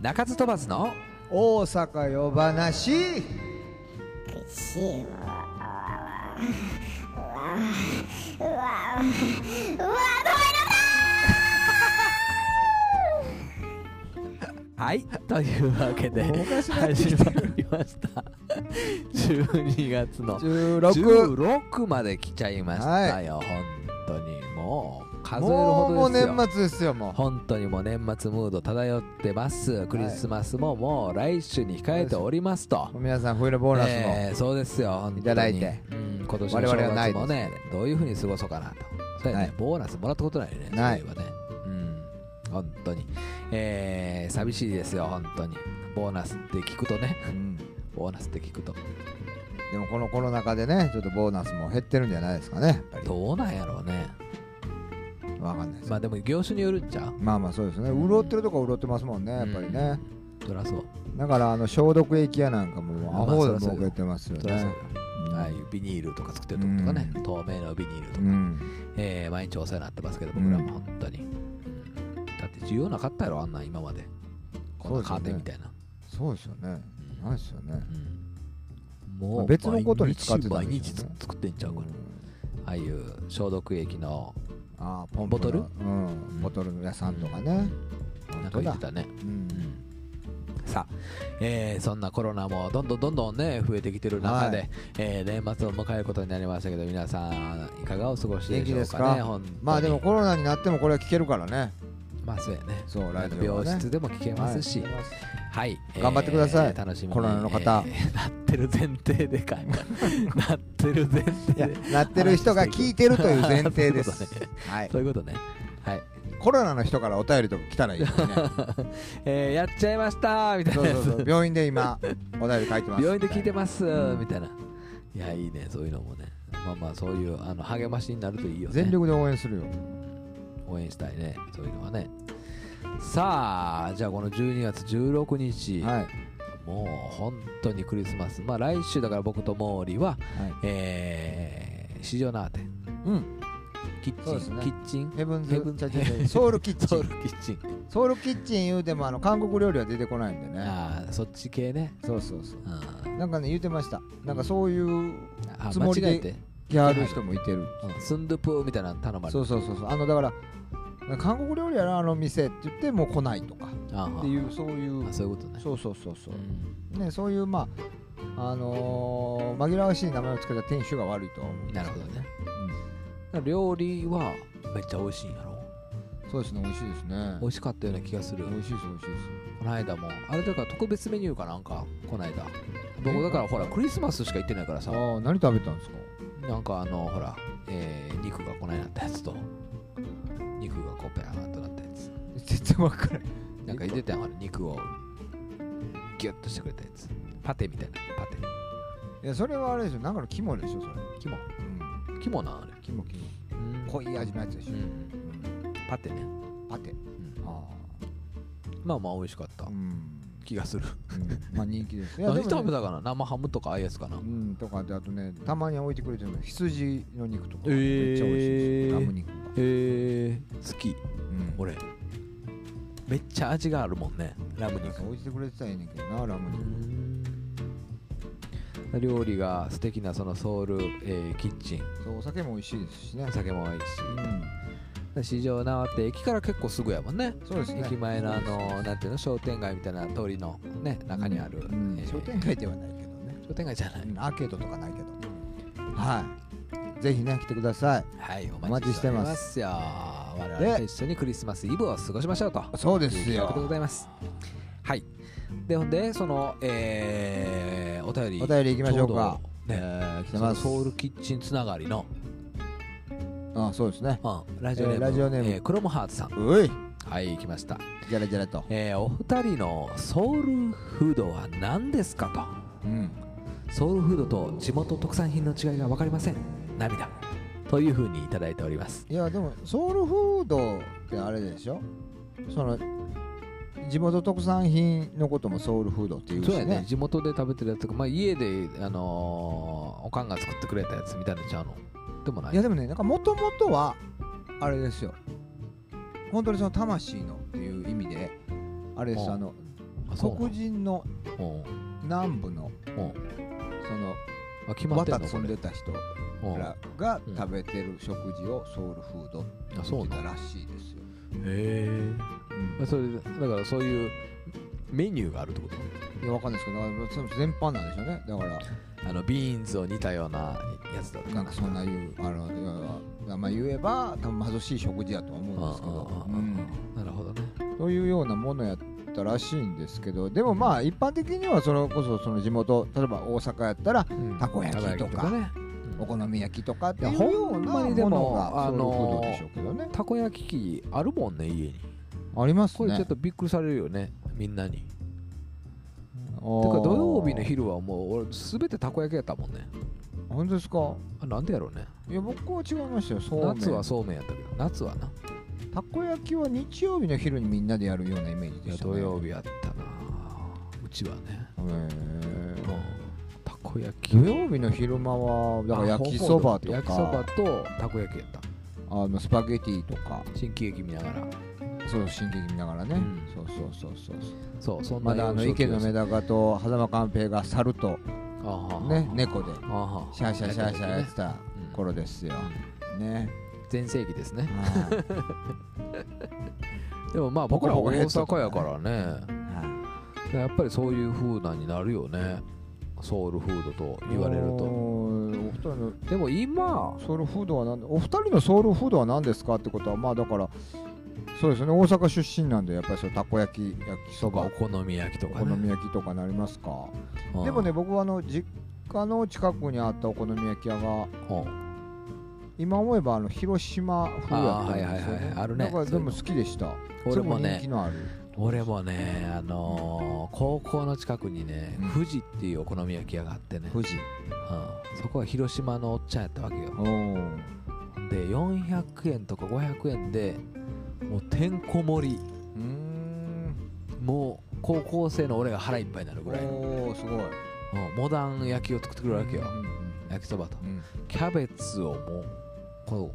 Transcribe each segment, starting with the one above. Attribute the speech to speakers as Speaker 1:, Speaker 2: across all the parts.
Speaker 1: 鳴かず飛ばずの
Speaker 2: 大阪夜話
Speaker 1: はいというわけで
Speaker 2: おかしなってき
Speaker 1: 始
Speaker 2: てる
Speaker 1: まりました12月の
Speaker 2: 16
Speaker 1: 16まで来ちゃいましたよ、本当にもう数える
Speaker 2: もうも
Speaker 1: ほど
Speaker 2: う
Speaker 1: です
Speaker 2: 年
Speaker 1: よ
Speaker 2: 末ですよもう
Speaker 1: 本当にもう年末ムード漂ってますクリスマスももう来週に控えておりますと、
Speaker 2: もう皆さん冬のボーナスも、
Speaker 1: えーそうですよ本当に
Speaker 2: いただいて
Speaker 1: うん、今年の
Speaker 2: 我
Speaker 1: 正
Speaker 2: 々はない
Speaker 1: 月もねどういうふうに過ごそうかなとそうやね、
Speaker 2: はい
Speaker 1: ボーナスもらったことないよね
Speaker 2: ない
Speaker 1: そういえばねうん本当にえー、寂しいですよ本当にボーナスって聞くとね
Speaker 2: うん
Speaker 1: ボーナスって聞くと
Speaker 2: でもこのコロナ禍でねちょっとボーナスも減ってるんじゃないですかねやっぱり
Speaker 1: どうなんやろうね
Speaker 2: わかんないで
Speaker 1: ま
Speaker 2: す、ま
Speaker 1: あでも業種によるんちゃう
Speaker 2: あまあそうですね潤ってるとこは潤ってますもんねやっぱりね、
Speaker 1: そりゃそう
Speaker 2: だからあの消毒液屋なんかももうアホで儲けてますよ
Speaker 1: そりゃそう
Speaker 2: ね
Speaker 1: よ、ああいうビニールとか作ってるとことかね、透明のビニールとか、
Speaker 2: うん
Speaker 1: えー毎日お世話になってますけど僕らも本当に、うんだって需要なかったやろあんなん今までこんなカーテンみたいな
Speaker 2: そうですよねないですよね
Speaker 1: うんも
Speaker 2: ま
Speaker 1: う
Speaker 2: あ別のことに使ってたんでしょう
Speaker 1: 毎
Speaker 2: ね
Speaker 1: 日毎日作ってんちゃうから、ああいう消毒液の
Speaker 2: あーポンプ
Speaker 1: ボ
Speaker 2: の
Speaker 1: トル
Speaker 2: うんボトル屋さんとかね、
Speaker 1: なん
Speaker 2: 本
Speaker 1: か
Speaker 2: 当
Speaker 1: 言
Speaker 2: だ
Speaker 1: ってたね、
Speaker 2: うん
Speaker 1: うんさあ、えーそんなコロナもどんどんどんどんね増えてきてる中で、
Speaker 2: はい
Speaker 1: えー年末を迎えることになりましたけど皆さんいかがお過ごしでしょうかね
Speaker 2: 元気ですか
Speaker 1: 本当に
Speaker 2: まあでもコロナになってもこれは聞けるからね
Speaker 1: まあそうやね
Speaker 2: そうラジオはね
Speaker 1: 病室でも聞けますし、
Speaker 2: はい
Speaker 1: はい、
Speaker 2: 頑張ってください
Speaker 1: えー楽しみに
Speaker 2: コロナの方
Speaker 1: えーなってる前提でか なってる前提
Speaker 2: いや
Speaker 1: で
Speaker 2: なってる人が聞いてるという前提で
Speaker 1: そういう
Speaker 2: す
Speaker 1: こ。
Speaker 2: はい
Speaker 1: そ、ういうことねはい、
Speaker 2: コロナの人からお便りとか来たら いいよね。
Speaker 1: えーやっちゃいましたみたい
Speaker 2: そ
Speaker 1: な
Speaker 2: う
Speaker 1: やつ
Speaker 2: そうそう、病院で今、お便り書いてます。
Speaker 1: 病院で聞いて
Speaker 2: ま
Speaker 1: ます
Speaker 2: うん
Speaker 1: みたいないやいいねそういうのもねまあまあそういうあの励ましになるといいよね
Speaker 2: 全力で応援するよ。
Speaker 1: 応援したいねそういうのはねさあじゃあこの12月16日、
Speaker 2: はい、はい、
Speaker 1: もう本当にクリスマスまあ来週だから僕と毛利はえー、市場縄店
Speaker 2: うん、
Speaker 1: キッチ
Speaker 2: そう
Speaker 1: ン、
Speaker 2: ですね
Speaker 1: キッチン
Speaker 2: ヘブンズ
Speaker 1: ヘブン
Speaker 2: ちゃちゃち ゃソウルキッチ
Speaker 1: ソウル。
Speaker 2: ン
Speaker 1: キッチン、
Speaker 2: ソウルキッチン言うても、あの韓国料理は出てこないんでね。
Speaker 1: ああそっち系ね
Speaker 2: そうそうそう。
Speaker 1: うん
Speaker 2: なんかね、言うてました。なんかそういう、
Speaker 1: あ
Speaker 2: つ
Speaker 1: 間
Speaker 2: もりで
Speaker 1: 違えて、
Speaker 2: ギャル人もいてる。
Speaker 1: うん、スンドゥプみたいなの頼まれ
Speaker 2: そ
Speaker 1: る
Speaker 2: うそうそうそう、あのだから。韓国料理やなあの店って言ってもう来ないとか
Speaker 1: あー
Speaker 2: っていうそういう
Speaker 1: あそういうことね
Speaker 2: そうそうそうそううんね、そういう、まああのー紛らわしい名前をつけた店主が悪いとは思う
Speaker 1: なるほどね、だから料理はめっちゃ美味しいんやろ
Speaker 2: そうですね美味しいですね
Speaker 1: 美味しかったような気がする
Speaker 2: 美味しいです美味しいです
Speaker 1: この間もあれだから特別メニューかなんかこの間僕
Speaker 2: え
Speaker 1: だからほらクリスマスしか行ってないからさ
Speaker 2: ああ何食べたんですか
Speaker 1: なんかあのほら、えー肉がこないなったやつと肉がこうペラーっとなったやつ
Speaker 2: 全然分からない
Speaker 1: なんか言ってたよあの肉をギュッとしてくれたやつパテみたいなパテ
Speaker 2: いやそれはあれでしょなんかの肝でしょそれ
Speaker 1: 肝
Speaker 2: うん
Speaker 1: 肝なあれ
Speaker 2: 肝肝
Speaker 1: うん
Speaker 2: 濃い味のやつでしょ、
Speaker 1: う
Speaker 2: うんん
Speaker 1: パテね、
Speaker 2: パテ
Speaker 1: うん
Speaker 2: あ
Speaker 1: まあまあ美味しかった
Speaker 2: あうん、
Speaker 1: 気がする
Speaker 2: うんまあ人気ですいや
Speaker 1: 何
Speaker 2: でもね
Speaker 1: 食べたかな生ハムとかああいうやつかな
Speaker 2: うんとかであとねたまに置いてくれてるの羊の肉とか
Speaker 1: えー
Speaker 2: めっちゃ美味しいです、ラム肉とか、
Speaker 1: へえ好き
Speaker 2: うん
Speaker 1: 俺めっちゃ味があるもんねラム
Speaker 2: なんか
Speaker 1: 肉
Speaker 2: 置いてくれてたらええねんけどなラム肉
Speaker 1: 料理が素敵なそのソウル、えーキッチン
Speaker 2: そうお酒も美味しいですしね
Speaker 1: お。酒も美味し
Speaker 2: う
Speaker 1: い市場縄って駅から結構すぐやもんね
Speaker 2: ん、そうですね。
Speaker 1: 駅前のあ
Speaker 2: そ
Speaker 1: の
Speaker 2: うです
Speaker 1: なんていうの商店街みたいな通りのね中にある、
Speaker 2: うん
Speaker 1: えー
Speaker 2: 商店街ではないけどね。
Speaker 1: 商店街じゃない、
Speaker 2: うんアーケードとかないけど。はい。ぜひね来てください。
Speaker 1: はいお
Speaker 2: お
Speaker 1: 待
Speaker 2: 待
Speaker 1: ち
Speaker 2: ち
Speaker 1: し
Speaker 2: してて
Speaker 1: ま
Speaker 2: ます
Speaker 1: よ我々と一緒にクリスマスイブを過ごしましょうと
Speaker 2: そうで
Speaker 1: という
Speaker 2: す
Speaker 1: 企画でござ
Speaker 2: よ。
Speaker 1: いますはいでほんでその、えーお便り
Speaker 2: お便り行きましょうか
Speaker 1: ちょうどね
Speaker 2: えー来てます
Speaker 1: そのソウルキッチンつながりの、
Speaker 2: あそうですね。
Speaker 1: うんラジオネーム,、
Speaker 2: えーラジオネーム
Speaker 1: えクロムハーツさん
Speaker 2: うい。
Speaker 1: はい来ました、
Speaker 2: じゃらじゃらと。
Speaker 1: えーお二人のソウルフードは何ですかと
Speaker 2: うん。
Speaker 1: ソウルフードと地元特産品の違いが分かりません涙というふうにいただいております
Speaker 2: いやでもソウルフードってあれでしょ。その地元特産品のこともソウルフードっていうし
Speaker 1: そうやね
Speaker 2: ね。
Speaker 1: 地元で食べてるやつとか、まあ、家で、あのーおかんが作ってくれたやつみたいなのちゃうのでもない
Speaker 2: いやでもねなんかもともとはあれですよ本当にその魂のっていう意味であれです
Speaker 1: うん
Speaker 2: あの
Speaker 1: あそう
Speaker 2: 黒人の
Speaker 1: なの
Speaker 2: 南部の
Speaker 1: うんうん
Speaker 2: その
Speaker 1: あ決まってん
Speaker 2: 綿
Speaker 1: の
Speaker 2: 積
Speaker 1: こ
Speaker 2: ん
Speaker 1: れ
Speaker 2: でた人
Speaker 1: うん
Speaker 2: らが
Speaker 1: うん
Speaker 2: 食べてる食事をソウルフードって
Speaker 1: あそ
Speaker 2: 言っ
Speaker 1: うな
Speaker 2: てた
Speaker 1: の
Speaker 2: らしいですよ、
Speaker 1: へ
Speaker 2: うん
Speaker 1: えそれでだからそういうメニューがあるってこと
Speaker 2: いやわかんないですけどだからその全般なんでしょうねだから
Speaker 1: あのビーンズを煮たようなやつだとか
Speaker 2: なんかそんな言うあのいやいやまあ言えば多分貧しい食事だとは思うんですけど、
Speaker 1: うんうんうんうんなるほどね
Speaker 2: うんというようなものやったらしいんですけどでもまあ一般的にはそれこそその地元例えば大阪やったらたこ焼きとか
Speaker 1: たこ焼ね
Speaker 2: お好み焼きとかってい
Speaker 1: いうや
Speaker 2: よう
Speaker 1: ほん
Speaker 2: な
Speaker 1: まにでも
Speaker 2: もの
Speaker 1: あ
Speaker 2: がソウルフ
Speaker 1: の
Speaker 2: ードでしょうけどね
Speaker 1: たこ焼き器あるもんね家に
Speaker 2: あります
Speaker 1: こ
Speaker 2: ね
Speaker 1: れちょっとびっくりされるよねみんなに
Speaker 2: と
Speaker 1: てか土曜日の昼はもう俺全てたこ焼きやったもんね
Speaker 2: 本当ですか
Speaker 1: あなんでやろうね
Speaker 2: いや僕は違いましたよそうめん
Speaker 1: 夏はそうめんやったけど夏はな
Speaker 2: たこ焼きは日曜日の昼にみんなでやるようなイメージ
Speaker 1: い
Speaker 2: で
Speaker 1: や
Speaker 2: した、ね、
Speaker 1: 土曜日やったなうちはね
Speaker 2: へ
Speaker 1: う
Speaker 2: ー
Speaker 1: んたこ焼き
Speaker 2: 土曜日の昼間はだから焼きそばと
Speaker 1: 焼きそば
Speaker 2: か
Speaker 1: とたこ焼きやった
Speaker 2: あのスパゲティとか
Speaker 1: 新喜劇見ながら
Speaker 2: そう新喜劇見ながらね、
Speaker 1: うん
Speaker 2: そうそうそうそうそう
Speaker 1: そうそんな
Speaker 2: まだあの池のメダカと狭間寛平が猿とね
Speaker 1: ね
Speaker 2: 猫で
Speaker 1: ああ
Speaker 2: シャーシャーシャーシャーや
Speaker 1: やっ
Speaker 2: ったてた頃ですよ
Speaker 1: 時ね
Speaker 2: ね
Speaker 1: うん全盛期ですね
Speaker 2: はい
Speaker 1: でもまあ
Speaker 2: ポ
Speaker 1: 僕
Speaker 2: コ
Speaker 1: ら
Speaker 2: ポコ
Speaker 1: 大
Speaker 2: ヘッ
Speaker 1: 阪
Speaker 2: ドとかね
Speaker 1: やからね
Speaker 2: はい
Speaker 1: やっぱりそういう風なになるよねソウルフードと 言われると
Speaker 2: おーお二人の
Speaker 1: でも今
Speaker 2: ソウルフードは何でお二人のソウルフードは何ですかってことはまあだからそうですね大阪出身なんでやっぱりそのたこ焼き焼きそば
Speaker 1: お好み焼きと
Speaker 2: お
Speaker 1: か
Speaker 2: 好み
Speaker 1: ね
Speaker 2: 焼きとかなりますか、
Speaker 1: うん
Speaker 2: でもね僕はあの実家の近くにあったお好み焼き屋が
Speaker 1: うん
Speaker 2: 今思えばあの広島風やったん
Speaker 1: あーは
Speaker 2: ですよ
Speaker 1: いはいはい
Speaker 2: ね
Speaker 1: はいあるね
Speaker 2: だからでも好きでした
Speaker 1: 俺も
Speaker 2: それ人
Speaker 1: ね
Speaker 2: 気のある
Speaker 1: 俺もねあのー高校の近くにね
Speaker 2: うん
Speaker 1: 富士っていうお好み焼き屋があってね
Speaker 2: 富士
Speaker 1: うんそこは広島のおっちゃんやったわけよ
Speaker 2: おー
Speaker 1: で400円とか500円でもうてんこ盛り
Speaker 2: うーん
Speaker 1: もう高校生の俺が腹いっぱいになるぐらいの
Speaker 2: おーすごい
Speaker 1: うんモダン焼きを作ってくれるわけよ
Speaker 2: うん
Speaker 1: 焼きそばと
Speaker 2: うん
Speaker 1: キャベツをもうこ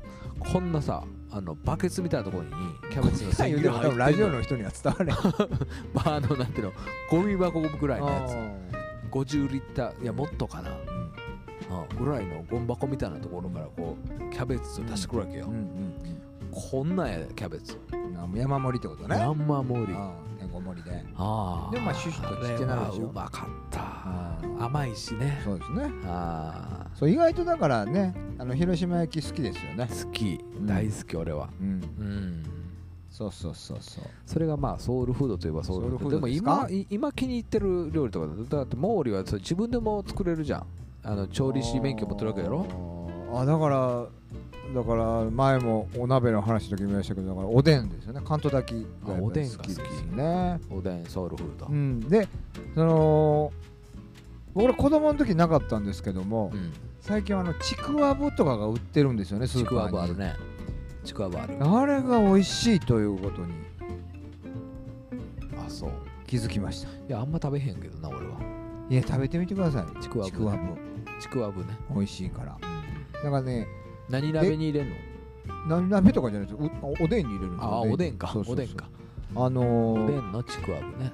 Speaker 1: うこんなさあのバケツみたいなところにキャベツの
Speaker 2: うん
Speaker 1: 千切りが入ってんの
Speaker 2: ラジオの人には伝われない
Speaker 1: バーのなんていうのゴミ箱ぐらいのやつ
Speaker 2: あ
Speaker 1: 50リッターいやもっとかな、
Speaker 2: ーうん
Speaker 1: うんぐらいのゴミ箱みたいなところからこうキャベツを出してくるわけよ、
Speaker 2: うん
Speaker 1: こんなんやでキャベツ
Speaker 2: うんうん、山盛りってことね。
Speaker 1: ヤンマ盛りあ
Speaker 2: うんねご盛りで。
Speaker 1: あ
Speaker 2: でもまあシュシュとちっちゃなるで
Speaker 1: あ
Speaker 2: しょ
Speaker 1: れはうまかっ
Speaker 2: ん
Speaker 1: た甘いしね
Speaker 2: そうですね。
Speaker 1: ああ
Speaker 2: そう意外とだからね、あの広島焼き好きですよね。
Speaker 1: 好き
Speaker 2: ん
Speaker 1: 大好き俺は
Speaker 2: うん。
Speaker 1: うん
Speaker 2: そうそうそうそう。
Speaker 1: それがまあソウルフードといえばソウルフード
Speaker 2: ソウルフード
Speaker 1: で
Speaker 2: です
Speaker 1: も
Speaker 2: か
Speaker 1: 今い今気に入ってる料理とかだだってモーリーはそれ自分でも作れるじゃんあの調理師免許持ってるわけやろ
Speaker 2: あー。あだから。だから前もお鍋の話の時も言いましたけどだからおでんですよね関東炊きがやっぱ
Speaker 1: あ
Speaker 2: り
Speaker 1: おでんが
Speaker 2: 好
Speaker 1: 好
Speaker 2: き
Speaker 1: き
Speaker 2: ですね、
Speaker 1: おでんソウルフード
Speaker 2: うん、でその僕ら子供の時なかったんですけども、
Speaker 1: うん
Speaker 2: 最近はあのちくわぶとかが売ってるんですよねスー
Speaker 1: ちく
Speaker 2: パー
Speaker 1: わ
Speaker 2: に
Speaker 1: ぶあるねちくわぶある
Speaker 2: あれが美味しいということに
Speaker 1: あそう
Speaker 2: 気づきました
Speaker 1: いやあんま食べへんけどな俺はい
Speaker 2: や食べてみてください
Speaker 1: ちくわぶ
Speaker 2: ちくわぶ
Speaker 1: ちくわぶね
Speaker 2: 美味しいからだからね
Speaker 1: 何鍋に入れんの
Speaker 2: 何鍋とかじゃないですうおおでんに入れるんですよ
Speaker 1: ああおでんか
Speaker 2: そうそうそ
Speaker 1: お
Speaker 2: う
Speaker 1: でんか
Speaker 2: あの
Speaker 1: おで
Speaker 2: ー、
Speaker 1: んのちくわぶね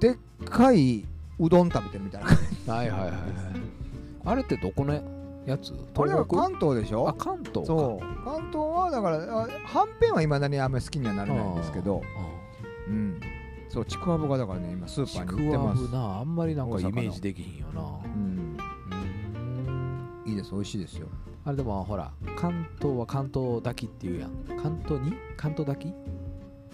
Speaker 2: でっかいうどん食べてるみたい な感じ
Speaker 1: はいはいはいはいあれってどこのやつ
Speaker 2: これだ
Speaker 1: 東
Speaker 2: か
Speaker 1: 北
Speaker 2: ら関東でし
Speaker 1: あ
Speaker 2: ょ
Speaker 1: 関東か
Speaker 2: そう関東はだからあはんぺんはいまだにあんまり好きにはなれないんですけどうんそうちくわぶがだからね今ス
Speaker 1: うん
Speaker 2: ー
Speaker 1: ち
Speaker 2: パーに
Speaker 1: く
Speaker 2: 売って
Speaker 1: わ
Speaker 2: ます
Speaker 1: ぶなあんまりなんか
Speaker 2: 大
Speaker 1: イ
Speaker 2: 阪の
Speaker 1: メージできひんよな
Speaker 2: うん
Speaker 1: うん
Speaker 2: いいです美味しいですよ
Speaker 1: あれでもほら関東は関東炊きっていうやん関東に関東炊き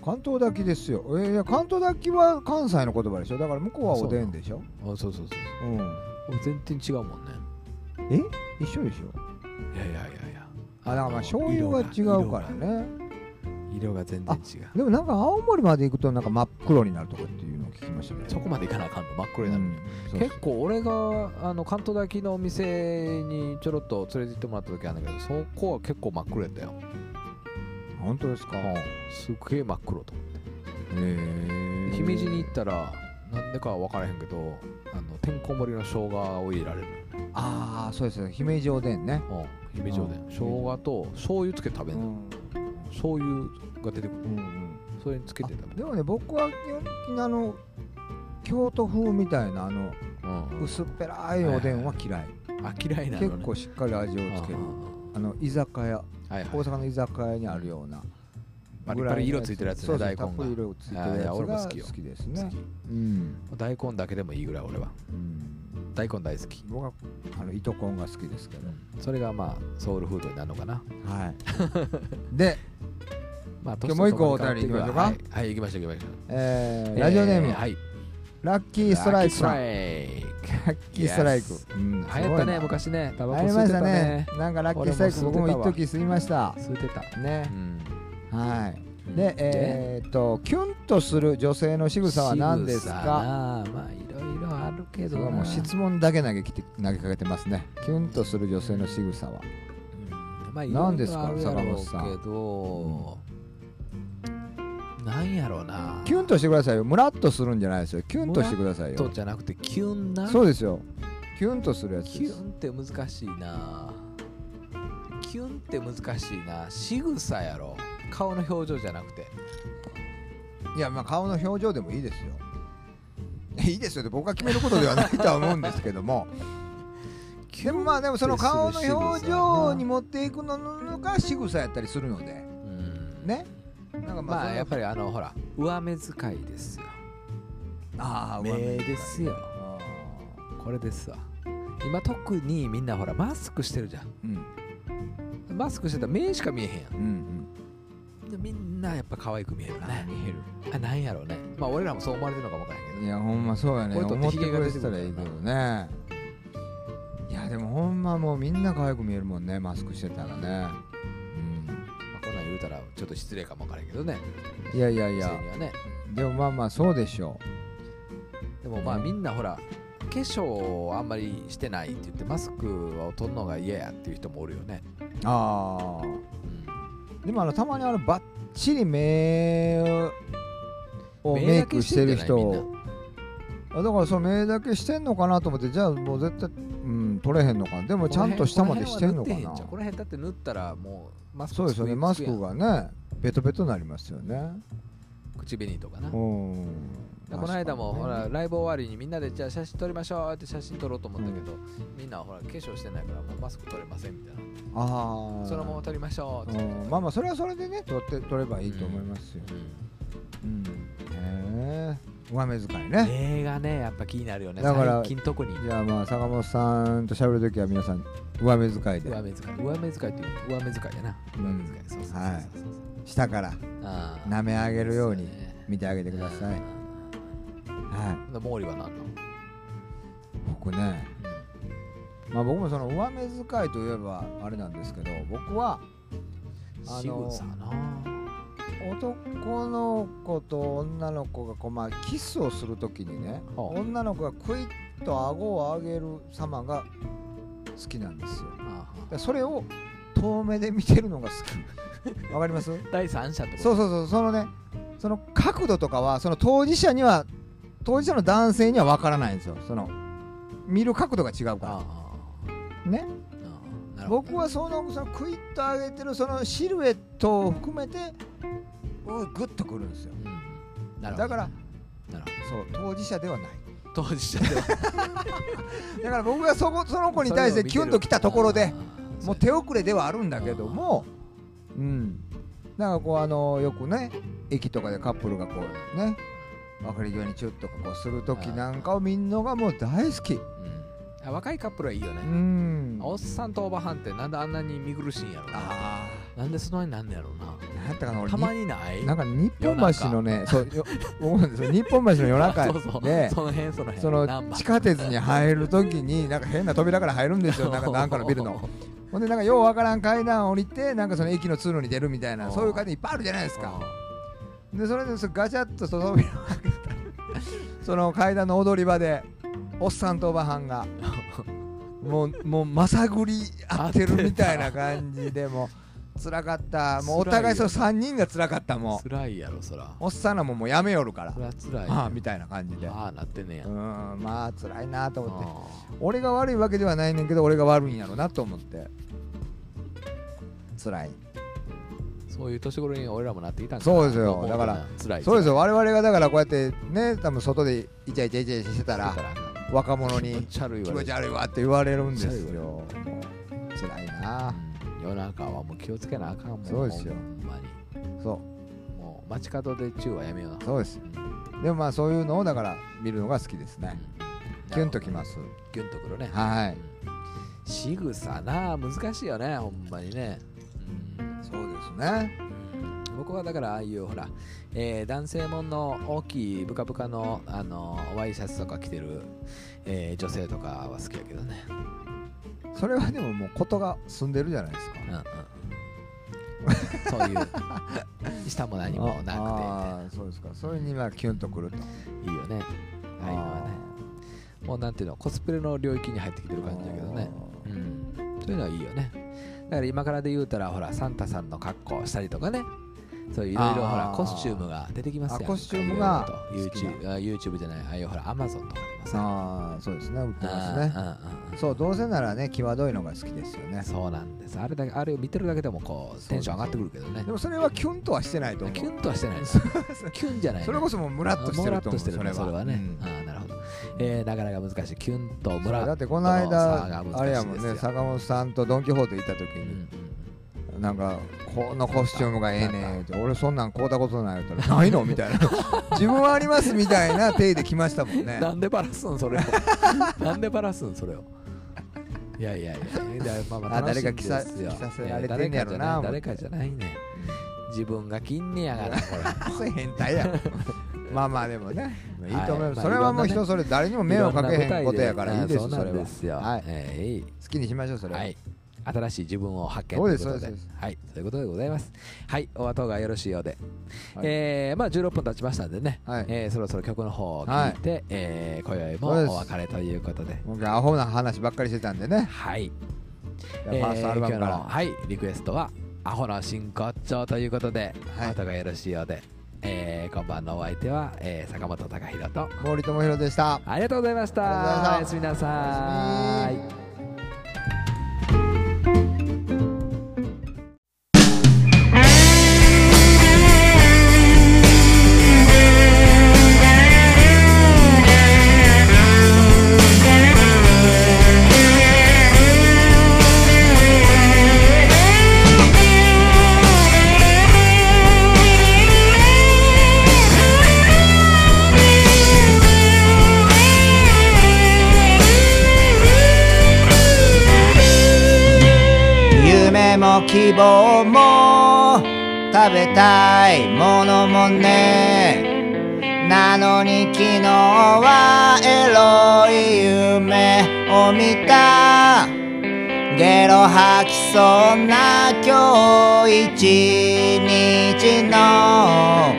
Speaker 2: 関東炊きですよ、えーいや関東炊きは関西の言葉でしょだから向こうはおでんでしょ
Speaker 1: あそうそうそうそう
Speaker 2: うん
Speaker 1: 全然違うもんね
Speaker 2: え一緒でしょ
Speaker 1: いやいやいやいや
Speaker 2: あだからまあ醤油が違うからね
Speaker 1: 色が全然違う
Speaker 2: でもなんか青森まで行くとなんか真っ黒になるとかっていうのを聞きましたけど
Speaker 1: そこまでいかなあかんの真っ黒になる
Speaker 2: うんそうそう
Speaker 1: 結構俺があの関東炊きのお店にちょろっと連れて行ってもらった時あるんだけどそこは結構真っ黒やったよ、
Speaker 2: 本当ですかへ
Speaker 1: すっげえ真っ黒と思って
Speaker 2: え
Speaker 1: 姫路に行ったらなんでかは分からへんけどあのてんこ盛りの生姜を入れられる、
Speaker 2: ああそうですね姫路おでんね
Speaker 1: うん、姫路おでん
Speaker 2: うん
Speaker 1: 生姜と醤油つけて食べ
Speaker 2: う
Speaker 1: る、
Speaker 2: ん
Speaker 1: 醤油が出てくる
Speaker 2: うん
Speaker 1: それにつけて食べる
Speaker 2: でもね僕は基本的にあの京都風みたいなあの
Speaker 1: うん
Speaker 2: 薄っぺらいおでんは嫌い、
Speaker 1: あ嫌いなのね
Speaker 2: 結構しっかり味をつけるあの居酒屋
Speaker 1: あはいはい
Speaker 2: 大阪の居酒屋にあるような
Speaker 1: パリパリ色ついてるやつ
Speaker 2: そ
Speaker 1: ね
Speaker 2: うそう
Speaker 1: 大根
Speaker 2: たっぷり
Speaker 1: が
Speaker 2: 色ついてる
Speaker 1: あーい
Speaker 2: や
Speaker 1: や
Speaker 2: つ
Speaker 1: 俺も
Speaker 2: が
Speaker 1: 好
Speaker 2: 好
Speaker 1: きよ
Speaker 2: きですね
Speaker 1: 好
Speaker 2: うん、
Speaker 1: 大根だけでもいいぐらい俺は
Speaker 2: うん、
Speaker 1: 大根大好き
Speaker 2: 僕はあの糸コンが好きですけど、
Speaker 1: それがまあソウルフードになるのかな
Speaker 2: はい で、
Speaker 1: まあ
Speaker 2: 今日もう一個お便り行きましょうか
Speaker 1: はいはい行きましょう行きましょう
Speaker 2: えー
Speaker 1: えー
Speaker 2: ラジオネーム、
Speaker 1: はい
Speaker 2: ラッキーストライクさん
Speaker 1: ラ
Speaker 2: ラ
Speaker 1: ッキーストライ
Speaker 2: ッキーストライク、
Speaker 1: Yes
Speaker 2: うん
Speaker 1: ク流行ったね
Speaker 2: すごいな
Speaker 1: 昔ねタバコ
Speaker 2: あり
Speaker 1: 吸
Speaker 2: ま
Speaker 1: っ
Speaker 2: してた
Speaker 1: た
Speaker 2: ね
Speaker 1: ね
Speaker 2: なんかラッキーストライク
Speaker 1: 俺も
Speaker 2: 僕
Speaker 1: 吸ってたわ
Speaker 2: も一時吸いました
Speaker 1: 吸ってた
Speaker 2: ね
Speaker 1: う、ん
Speaker 2: はい
Speaker 1: で
Speaker 2: でえーっとキュンとする女性の仕草は何です
Speaker 1: 仕草
Speaker 2: か
Speaker 1: なあまあいろいろあるけど
Speaker 2: それ
Speaker 1: な
Speaker 2: はもう質問だけ投げきて投げかけてますねキュンとする女性の仕草は
Speaker 1: うんまあ、
Speaker 2: 何
Speaker 1: 何
Speaker 2: で
Speaker 1: ですす
Speaker 2: か
Speaker 1: か坂本
Speaker 2: 坂
Speaker 1: さ
Speaker 2: 本
Speaker 1: んけど、なんやろうな
Speaker 2: キュンとしてくださいよムラッとするんじゃないですよキュンとしてください
Speaker 1: と
Speaker 2: よ
Speaker 1: じゃなくてキュンな
Speaker 2: そうですよキュンとするやつ
Speaker 1: キ
Speaker 2: です
Speaker 1: ュンって難しいなキュンって難しいな仕草やろ顔の表情じゃなくて
Speaker 2: いやまあ顔の表情でもいいですよ いいですよって僕が決めることではないとは思うんですけどもでもまあでもその顔の表情に持っていくのが仕草やったりするので
Speaker 1: うん
Speaker 2: ねなんか
Speaker 1: まあやっぱ
Speaker 2: り
Speaker 1: りあのほら上目遣いですよ
Speaker 2: ああ
Speaker 1: 目ですよ
Speaker 2: あ
Speaker 1: これですわ今特にみんなほらマスクしてるじゃ
Speaker 2: ーうん
Speaker 1: んマスクしてたら目しか見えへんやん
Speaker 2: うん
Speaker 1: でみんなやっぱ可愛く見えるね
Speaker 2: 見える
Speaker 1: あなんやろうねまあ俺らもそう思われてるのかもわからへんけ
Speaker 2: いやほんまそうやね
Speaker 1: こういうと
Speaker 2: 思って
Speaker 1: ひげ
Speaker 2: く
Speaker 1: が
Speaker 2: れ
Speaker 1: 出
Speaker 2: て
Speaker 1: て
Speaker 2: た
Speaker 1: くる
Speaker 2: らいいけどねいやでもほんまもうみんな可愛く見えるもんねマスクしてたらね
Speaker 1: ど、まあ、こんなん言うたらちょっと失礼かもわからへんけどね
Speaker 2: うんいやいやい
Speaker 1: 女性
Speaker 2: や
Speaker 1: にはね
Speaker 2: でもまあまあそうでしょ
Speaker 1: でもまあ
Speaker 2: うん
Speaker 1: みんなほら化粧をあんまりしてないって言ってマスクを取るのが嫌やっていう人もおるよね、
Speaker 2: うああ
Speaker 1: うん
Speaker 2: でもあのたまにあのバッチリ目をメイクしてる人
Speaker 1: 目だけしてんじゃない
Speaker 2: あだからその目だけしてんのかなと思ってじゃあもう絶対、うん、取れへんのかなでもちゃんと下までしてんのか
Speaker 1: この
Speaker 2: な
Speaker 1: 辺この辺だって塗ったらもうマスク
Speaker 2: そうですよね
Speaker 1: つく
Speaker 2: マスクがねベトベトになりますよね
Speaker 1: 口紅とかな
Speaker 2: う
Speaker 1: で
Speaker 2: ん
Speaker 1: この間もほ
Speaker 2: 確からにね
Speaker 1: ライブ終わりにみんなでじゃあ写真撮りましょうって写真撮ろうと思ったけど、みんなはほら化粧してないからもうマスク取れませんみたいな
Speaker 2: ああ
Speaker 1: そのまま撮りましょうって
Speaker 2: うんまあまあそれはそれでね取って取ればいいと思いますよ、うんへえ上目遣いね
Speaker 1: 目がねやっぱ気になるよね
Speaker 2: だから
Speaker 1: 最近特に
Speaker 2: じゃあまあ坂本さんと喋るときは皆さん上目遣いで
Speaker 1: 上目遣い上目遣いっていう上目遣いやな
Speaker 2: うん
Speaker 1: 上目遣いそうそうそうそうそう、
Speaker 2: はい下から
Speaker 1: あー
Speaker 2: 舐め上げるように
Speaker 1: そですね
Speaker 2: 見てあげてください。は
Speaker 1: うん毛利は何なの、
Speaker 2: い、僕ね、まあ、僕もその上目遣いといえばあれなんですけど僕はあ
Speaker 1: 仕
Speaker 2: の
Speaker 1: 草な
Speaker 2: 男の子と女の子がこう、まあ、キスをするときにね
Speaker 1: はあ
Speaker 2: 女の子がクイッと顎を上げる様が好きなんですよ。だか
Speaker 1: あ
Speaker 2: らそれを遠目で見てるのが好 き。わかります
Speaker 1: 第三者ってこと
Speaker 2: そうそうそうそのねその角度とかはその当事者には当事者の男性には分からないんですよその見る角度が違う
Speaker 1: あ
Speaker 2: か
Speaker 1: ー
Speaker 2: らね
Speaker 1: あーなるほど
Speaker 2: 僕はそのそのクイッと上げてるそのシルエットを含めてうーグッとくるんですよ
Speaker 1: うんなるほど
Speaker 2: だから
Speaker 1: なる
Speaker 2: そう当事者ではない
Speaker 1: ほど当事者で は
Speaker 2: だから僕がそこその子に対してキュンときたところでもう手遅れではあるんだけどもうんなんかこうあのよくね駅とかでカップルがこうね別れ際にチュッとかこうする時なんかを見るのがもう大好き
Speaker 1: うんあ若いカップルはいいよね
Speaker 2: う、ん
Speaker 1: おっさんとおばはんってなんであんなに見苦しいんやろうな
Speaker 2: あ
Speaker 1: なんでそのになんねやろうな
Speaker 2: あなんたかな俺
Speaker 1: たまにない
Speaker 2: になんか日本橋のねそうよ僕もですよ日本橋の夜 中
Speaker 1: そうそう
Speaker 2: で
Speaker 1: その辺その辺
Speaker 2: その地下鉄に入る時になんか変な扉から入るんですよなんかなんかのビ ルのほんでなんかようわからん階段降りてなんかその駅の通路に出るみたいな
Speaker 1: うん
Speaker 2: そういう階段いっぱいあるじゃないです
Speaker 1: か
Speaker 2: かでそれでそのガチャッとその扉を開けたらその階段の踊り場でおっさんとおばはんがもうもうまさぐり合ってるみたいな感じでもう辛かったもうお互いその3人が辛かったもう
Speaker 1: 辛いやろそら
Speaker 2: おっさんらももうやめよるから
Speaker 1: そら辛い
Speaker 2: ああみたいな感じでう
Speaker 1: ああなってんねや
Speaker 2: んまあ辛いなと思って
Speaker 1: あ
Speaker 2: 俺が悪いわけではないねんけど俺が悪いんやろなと思って辛い
Speaker 1: そういう年頃に俺らもなっていたんか
Speaker 2: そうですよ
Speaker 1: と思うとな
Speaker 2: だから
Speaker 1: 辛い
Speaker 2: そうです
Speaker 1: よ
Speaker 2: よ我々がだからこうやってね多分外でイチャイチャイチャイチャしてたら若者
Speaker 1: 気持
Speaker 2: に
Speaker 1: ち悪い
Speaker 2: 気
Speaker 1: わ
Speaker 2: 持
Speaker 1: れ
Speaker 2: ち
Speaker 1: て
Speaker 2: 悪いわって言われるんです
Speaker 1: 気持ち悪い
Speaker 2: よ辛いな
Speaker 1: うん世の中はもう気をつけなあかんもん
Speaker 2: そうですよ
Speaker 1: ほんまに
Speaker 2: そ
Speaker 1: もう街角で中はやめよう
Speaker 2: うそうですでもまあそういうのをだから見るのが好きです
Speaker 1: な、
Speaker 2: ね
Speaker 1: うん
Speaker 2: キュンときます
Speaker 1: ギュンとくるね
Speaker 2: はい
Speaker 1: うん仕草なあ難しいよねほんまにね、うん
Speaker 2: そうですね
Speaker 1: 僕はだからああいうほら、えー男性もんの大きいブカブカの、あのワイシャツとか着てる、えー女性とかは好きやけどね、
Speaker 2: それはでももうことが済んでるじゃないですか
Speaker 1: うんうん、そういう下も何もな
Speaker 2: あーそうですかそれにまあキュンとくると
Speaker 1: くていいよねああいうのはねもうなんていうのコスプレの領域に入ってきてる感じだけどねうんそういうのはいいよねだから今からで言うたらほらサンタさんの格好をしたりとかねそういういろいろほら
Speaker 2: あー
Speaker 1: コスチュームが出てきますやん
Speaker 2: あコスチュームが
Speaker 1: いろいろと YouTube, あ YouTube じゃないああいうほら Amazon とかでもさ
Speaker 2: ああそうですね売ってますね
Speaker 1: うんうんうん
Speaker 2: そうどうせならね際どいのが好きですよね
Speaker 1: そうなんですあれだけあれを見てるだけでもこうテンション上がってくるけどね
Speaker 2: でもそれはキュンとはしてないと思
Speaker 1: キュ
Speaker 2: う
Speaker 1: ンとはしてないですキュンじゃないね
Speaker 2: それこそもうムラッとし
Speaker 1: も
Speaker 2: てると思う
Speaker 1: うムラッして
Speaker 2: それは
Speaker 1: それはね、
Speaker 2: うん
Speaker 1: あーなるほど、えー、なかなか難しいキュンと
Speaker 2: そ
Speaker 1: ム
Speaker 2: う
Speaker 1: ラッと
Speaker 2: だってこの
Speaker 1: 差が難しい
Speaker 2: 間
Speaker 1: ですよ
Speaker 2: あれやもんね坂本さんとドン・キホーテ行った時
Speaker 1: うんうんう
Speaker 2: に
Speaker 1: ん
Speaker 2: なんかこのコスチュームがええねんって俺そんなん買うたことない言ったらないのみた いな自分はありますみたいな体で来ましたもんね
Speaker 1: なんでバラすんそれを なんでバラすんそれをいやいやいやだまあまあ
Speaker 2: あ
Speaker 1: 楽しいんですよ
Speaker 2: 誰か着さ着させられてんねやろな
Speaker 1: えー誰かじゃない誰かじゃないね自分が気んねやがらほら
Speaker 2: それ変態やろまあまあでもねいいと思います
Speaker 1: はい
Speaker 2: それはも
Speaker 1: まあいろ
Speaker 2: う
Speaker 1: んなね
Speaker 2: 人それぞれ誰にも 迷惑かけへんことやからいいです
Speaker 1: そ
Speaker 2: よ
Speaker 1: うな
Speaker 2: そ
Speaker 1: ん
Speaker 2: れ
Speaker 1: で
Speaker 2: は
Speaker 1: すよ
Speaker 2: はい
Speaker 1: え
Speaker 2: 好きにしましょうそ
Speaker 1: い
Speaker 2: れは
Speaker 1: はい新しい自分を発見
Speaker 2: そ
Speaker 1: と
Speaker 2: う
Speaker 1: い
Speaker 2: で
Speaker 1: う
Speaker 2: す
Speaker 1: ことで
Speaker 2: そうですそう
Speaker 1: はいということでございますはいお後がよろしいようで、
Speaker 2: はい
Speaker 1: えーまあ16分経ちましたんでね、
Speaker 2: はい
Speaker 1: えーそろそろ曲の方を聴いて、えー今宵
Speaker 2: そうで
Speaker 1: も
Speaker 2: す
Speaker 1: お別れということで
Speaker 2: 僕アホな話ばっかりしてたんでね
Speaker 1: はい
Speaker 2: ファーストアル
Speaker 1: えー今
Speaker 2: バムか
Speaker 1: 日の
Speaker 2: ら
Speaker 1: はいリクエストは「アホの真骨頂」ということで、
Speaker 2: はい
Speaker 1: 後がよろしいようで、えー、こんばんのお相手は、えー坂本貴弘と
Speaker 2: 森友弘でした
Speaker 1: ありがとうございました
Speaker 2: あ
Speaker 1: お
Speaker 2: りが
Speaker 1: や
Speaker 2: と
Speaker 1: す
Speaker 2: う
Speaker 1: み
Speaker 2: ござ
Speaker 1: な
Speaker 2: いました
Speaker 1: さ
Speaker 2: おやす
Speaker 1: い
Speaker 2: み夢も希望も食べたいものもねなのに昨日はエロい夢を見たゲロ吐きそうな今日一日の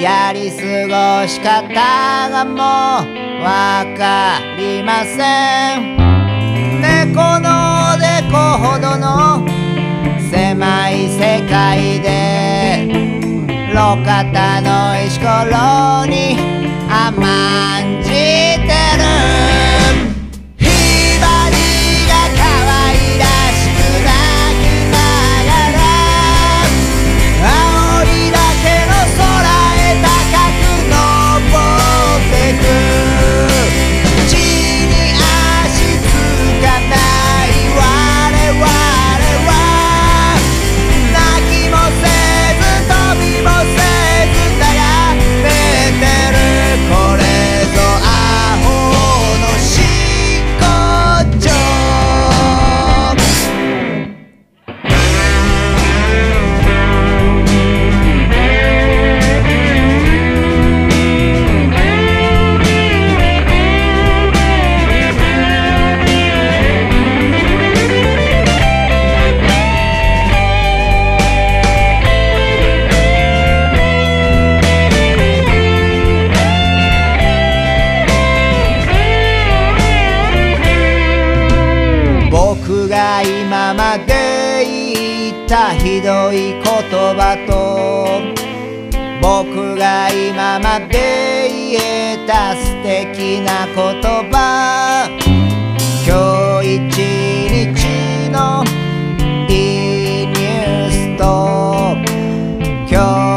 Speaker 2: やり過ごし方がもうわかりません猫のおでこほどの狭い世界で路肩の石ころに甘んじてるひばりが可愛らしく鳴きながら青りだけの空へ高く登ってく地に足つかない我々は泣きもせず飛びもせず眺めてるこれぞアホの真骨頂僕が今まで言ったひどい言葉と僕が今まで言えた素敵な言葉今日一日のいいニュースと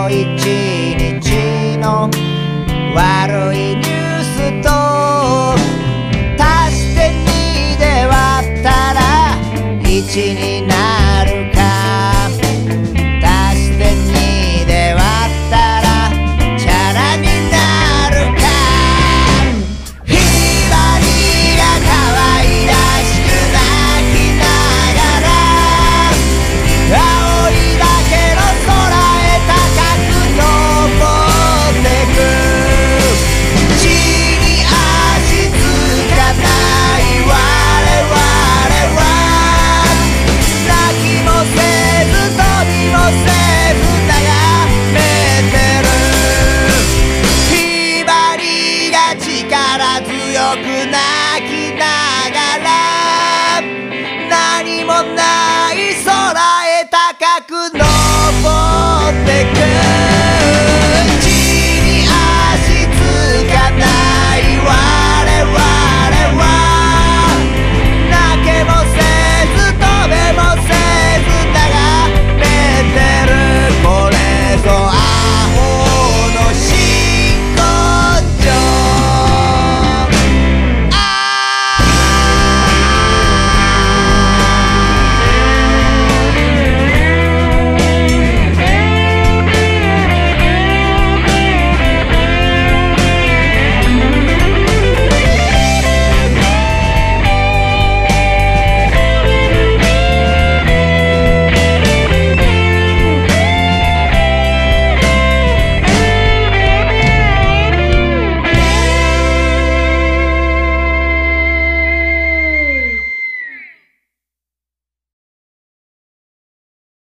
Speaker 1: ってく